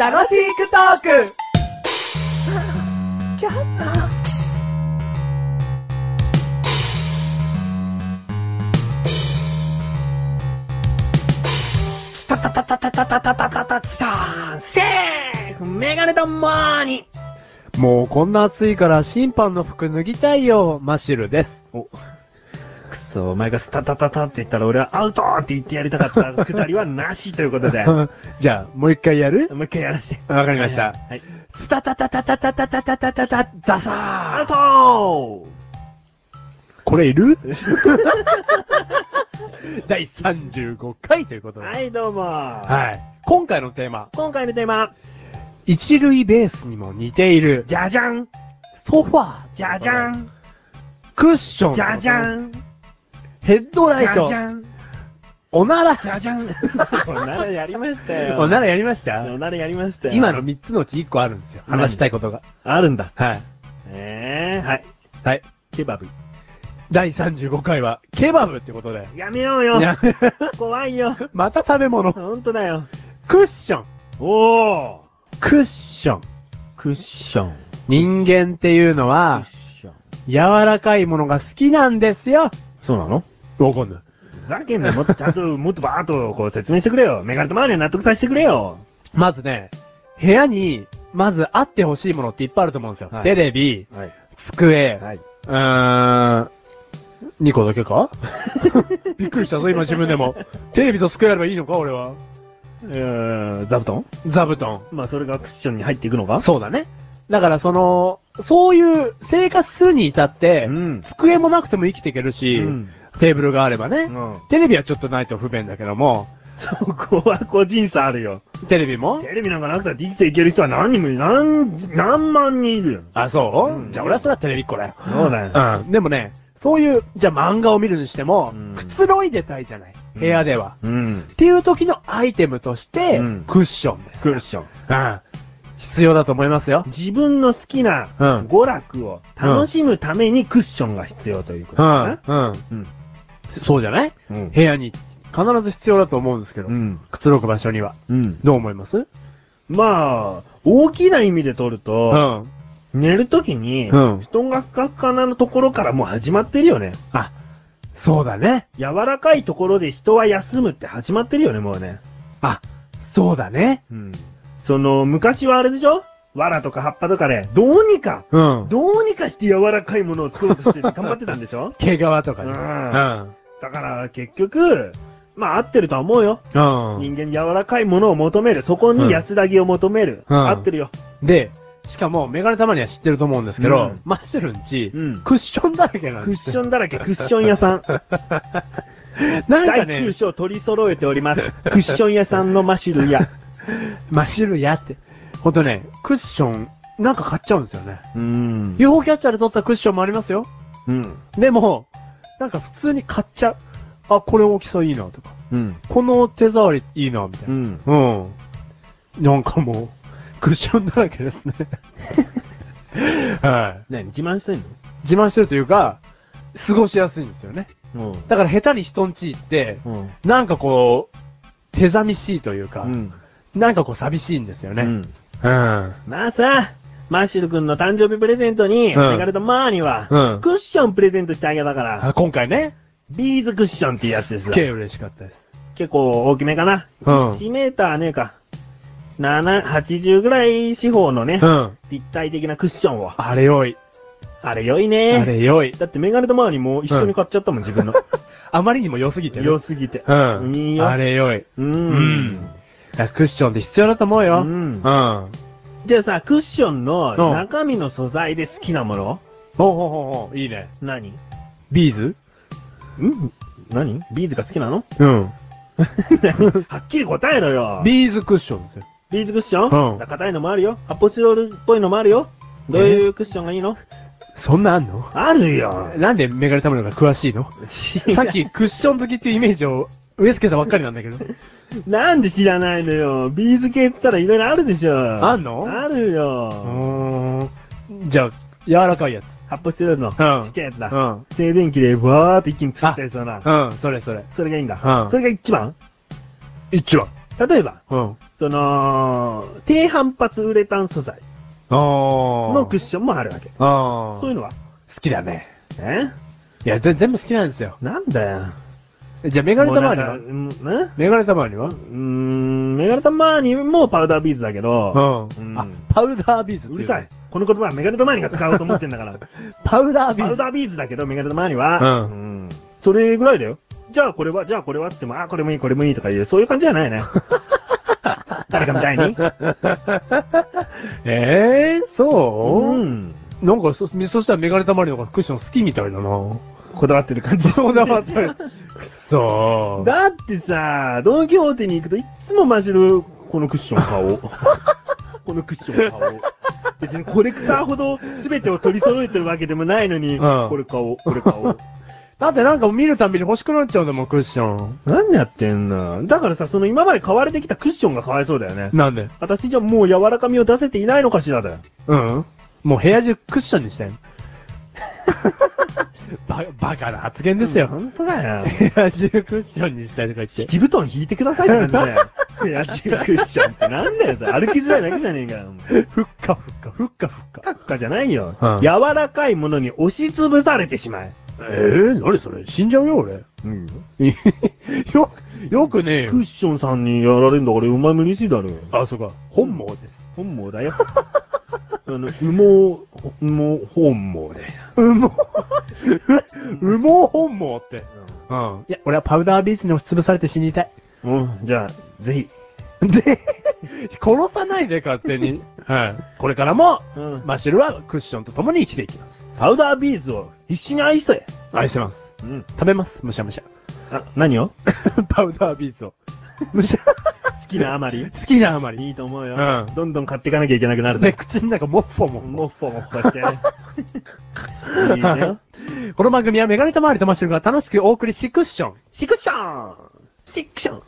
楽しくトークスタタタタタタタタタタタスターンセーフメガネとマーニもうこんな暑いから審判の服脱ぎたいよ、マシュルです。くそ、お前がスタタタタって言ったら俺はアウトって言ってやりたかったくだりはなしということで。も じゃあ、もう一回やるう一回やらせて。わかりました。はい。スタタタタタタタタタタタタザアウサートこれ いる第35回ということで。はい、どうも。ははい。今回のテーマ、い。今回のテーマ、一塁ベースにも似ている、じゃじゃんソファー、じゃじゃ、んクッション、じゃじゃ、んヘッドラじイゃトじ、ゃんおならじ、ゃじゃんおならやりましたよ。おならやりましおならたやりましたよ。今の3つのうち1個あるんですよ。何話したいことが。あるんだ。はい。えー、はい。はい。ケバブ。第35回は、ケバブってことで。やめようよい。や怖いよ。 また食べ物。ほんとだよ。クッション。おークッション。クッション。人間っていうのクッは、ション。柔らかいものが好きなんですよ。そうなのわかんない。ふざけんなよ。もっとちゃんと、もっとバーっとこう説明してくれよ。メガネと周りに納得させてくれよ。まずね、部屋に、まずあってほしいものっていっぱいあると思うんですよ。はいテレビ、はい。机、はい。うーん、2個だけ かびっくりしたぞ、今自分でも。テレビと机あればいいのか、俺は。えー、座布団座布団。まあ、それがクッションに入っていくのかそうだね。だからその、そういう生活するに至って、うん机もなくても生きていけるし、うんテーブルがあればね、うんテレビはちょっとないと不便だけども、そこは個人差あるよ。テレビもテレビなんかなくたって生きていける人は何人も、何、何万人いるよ。あ、そう、うんじゃあ俺はそれはテレビっ子だよ。そうだよ。うん。でもね、そういう、じゃあ漫画を見るにしても、うんくつろいでたいじゃない。うん部屋では。うんっ。ていう時のアイテムとして、うんクッションです。クッション。うん。必要だと思いますよ。自分の好きなうん娯楽を楽しむためにクッションが必要ということうだんな。。うん。うん。そうじゃないうん。部屋に必ず必要だと思うんですけど、うん。くつろぐ場所には。うん。どう思いますまあ、大きな意味で取るうと、ん。寝るときに、うん布団がふかふかなところからもう始まってるよね。あ、そうだね。柔らかいところで人は休むって始まってるよね、もうね。あ、そうだね。うん。その、昔はあれでしょ藁とか葉っぱとかで、どうにか、うん。どうにかして柔らかいものを作ろうと して頑張ってたんでしょ毛皮とかうん。ね。だうから、結局、まあ合ってるとは思うよ。ん。うん。人間柔らかいものを求める。そこに安らぎを求める。うん合ってるよ。で、しかも、メガネたまには知ってると思うんですけど、うんマッシュルンち、うんクッションだらけなんクでッすシよ。ョンだらけ、クッション屋 さん。なん第か9ね、章取り揃えております。クッション屋さんのマシュル屋。マッシュルンやって。ほんとね、クッション、なんか買っち ゃうんですよね。うん。 UFO キャッチャーで撮ったクッションもありますよ。うん。でも、なんか普通に買っちゃう。あ、これ大きさいいな、とか。うん。この手触りいいな、みたいな。ん。うん。なんかもう、クッションだらけです ね。はい。何自慢してん自慢してるというか、過ごしやすいんですよね。のだから下手に人んち行って、うん。うん。なんかこう、手寂しいというか、うん。なんかこう寂しいんですよね。うん。うん。まあさ、マッシュル君の誕生日プレゼントに、メうんガレとマーには、うんクッションプレゼントしてあげたから、あ今回ね、ビーズクッションっていうやつですすっよげえ嬉しかったです。結構大きめかな。うん1メーターねえか。7、80ぐらい四方のね、うん。立体的なクッションを。あれ良い。あれ良いあね。れ良い。だってメガネとマーにも一緒に買っちゃったもん、自分の。あまりにも良すぎてね。良すぎて。うん。いいよ。あれ良い。う。うんだからクッションって必要だと思うよ。うんうん。じゃあさ、クッションのうん中身の素材で好きなものほうほうほうほう。いいね。何んビーズ何ビーズが好きな のうん。はっきり答えろよ。ビビーズクッションですよ。ーズクッションうん硬いのもあるよ。アポシロールっぽいのもあるよ。どういうクッションがいいのそんなあんのあるよ。なんでメガネタムのが詳しいの さっきクッション好きっていうイメージを植え付けたばっかりなんだけど。なんで知らないのよ。ビーズ系って言ったらいろいろあるでしょ。あんのあるうよ。ーん。じゃあ、柔らかいやつ。発泡スチロールのうんちっちゃいやつうだ。ん。静電気でわーって一気に作っちゃいそうな。うん、それそれ。それがいいんだう。んそれが一番一番。例えば、うん。その、低反発ウレタン素材ああ。のクッションもあるわけ。ああ。そういうのは好きだね。えいや、ぜ全部好きなんですよ。なんだよ。じゃあ、メメガネたまわりはうんえメガネたまわりはうーん、メガネたまにもパウダービーズだけど、うんん。あ、パウダービーズっうていう。るさい。。この言葉はメガネたまにが使おうと思ってんだ から。パウダービパーウズ。ダービーズだけど、メガネたまには、うんんそれぐらいだよ。じゃあこれは、じゃあこれはっても、あ、これもいい、これもいいとかいう、そういう感じじゃ ないね。誰かみたいに。ええー、そうう、ん。なんかそ、そしたらメガネたまわりの方がクッション好きみた いだな。こだわってる感じ。そうだ わ、それ。くそー。だってさ、ドンキホーテに行くといつもマジル、このクッション買おう。 このクッション買おう。別にコレクターほど全てを取り揃えてるわけでもないのに、うんこれ買おう、これ買おう。だってなんか見るたびに欲しくなっちゃうんだもん、クッション。何やってんのだからさ、その今まで買われてきたクッションがかわいそうだよね。なんで私じゃもう柔らかみを出せていないのかしらだよ。うん。もう部屋中クッションに したい。ババカな発言ですよ。本当だ よ。部屋中クッションにしたいとか言って。敷布団引いてくださいって感じだよ。いや、チクッションってなんだよ、それ歩きづらいだけじゃねえかよ。ふっかふっか、ふっかふっか。カッカじゃないよ、うん柔らかいものに押しつぶされてしまえ。えー、何それ死んじゃうよ、俺。うん。 よ、よくねえよク。ッションさんにやられるんだから、うまい無理しいだろ。あ、そうか。本望です。本望だよ。あの、羽毛、羽毛本望だよ。うも、 うも本望って。うん。いや、俺はパウダービーズに押しつぶされて死にたい。うん、じゃあ、ぜひ。で、殺さないで勝手 に。はい。これからも、うんマシュルはクッションと共に生きていきます。パウダービーズを必死に愛せ。愛してます。うん。食べます。むしゃむしゃ。 あ、何をパウダービーズを。むしゃ、好きなあまり好きなあま り。いいと思うよ。うんどんどん買っていかなきゃいけなくなるで、ね。口の中もっぽもっぽ。もっぽもっぽしてね。 いいね。この番組はメガネたまわりとマシュルが楽しくお送りしクッション。シクションシクション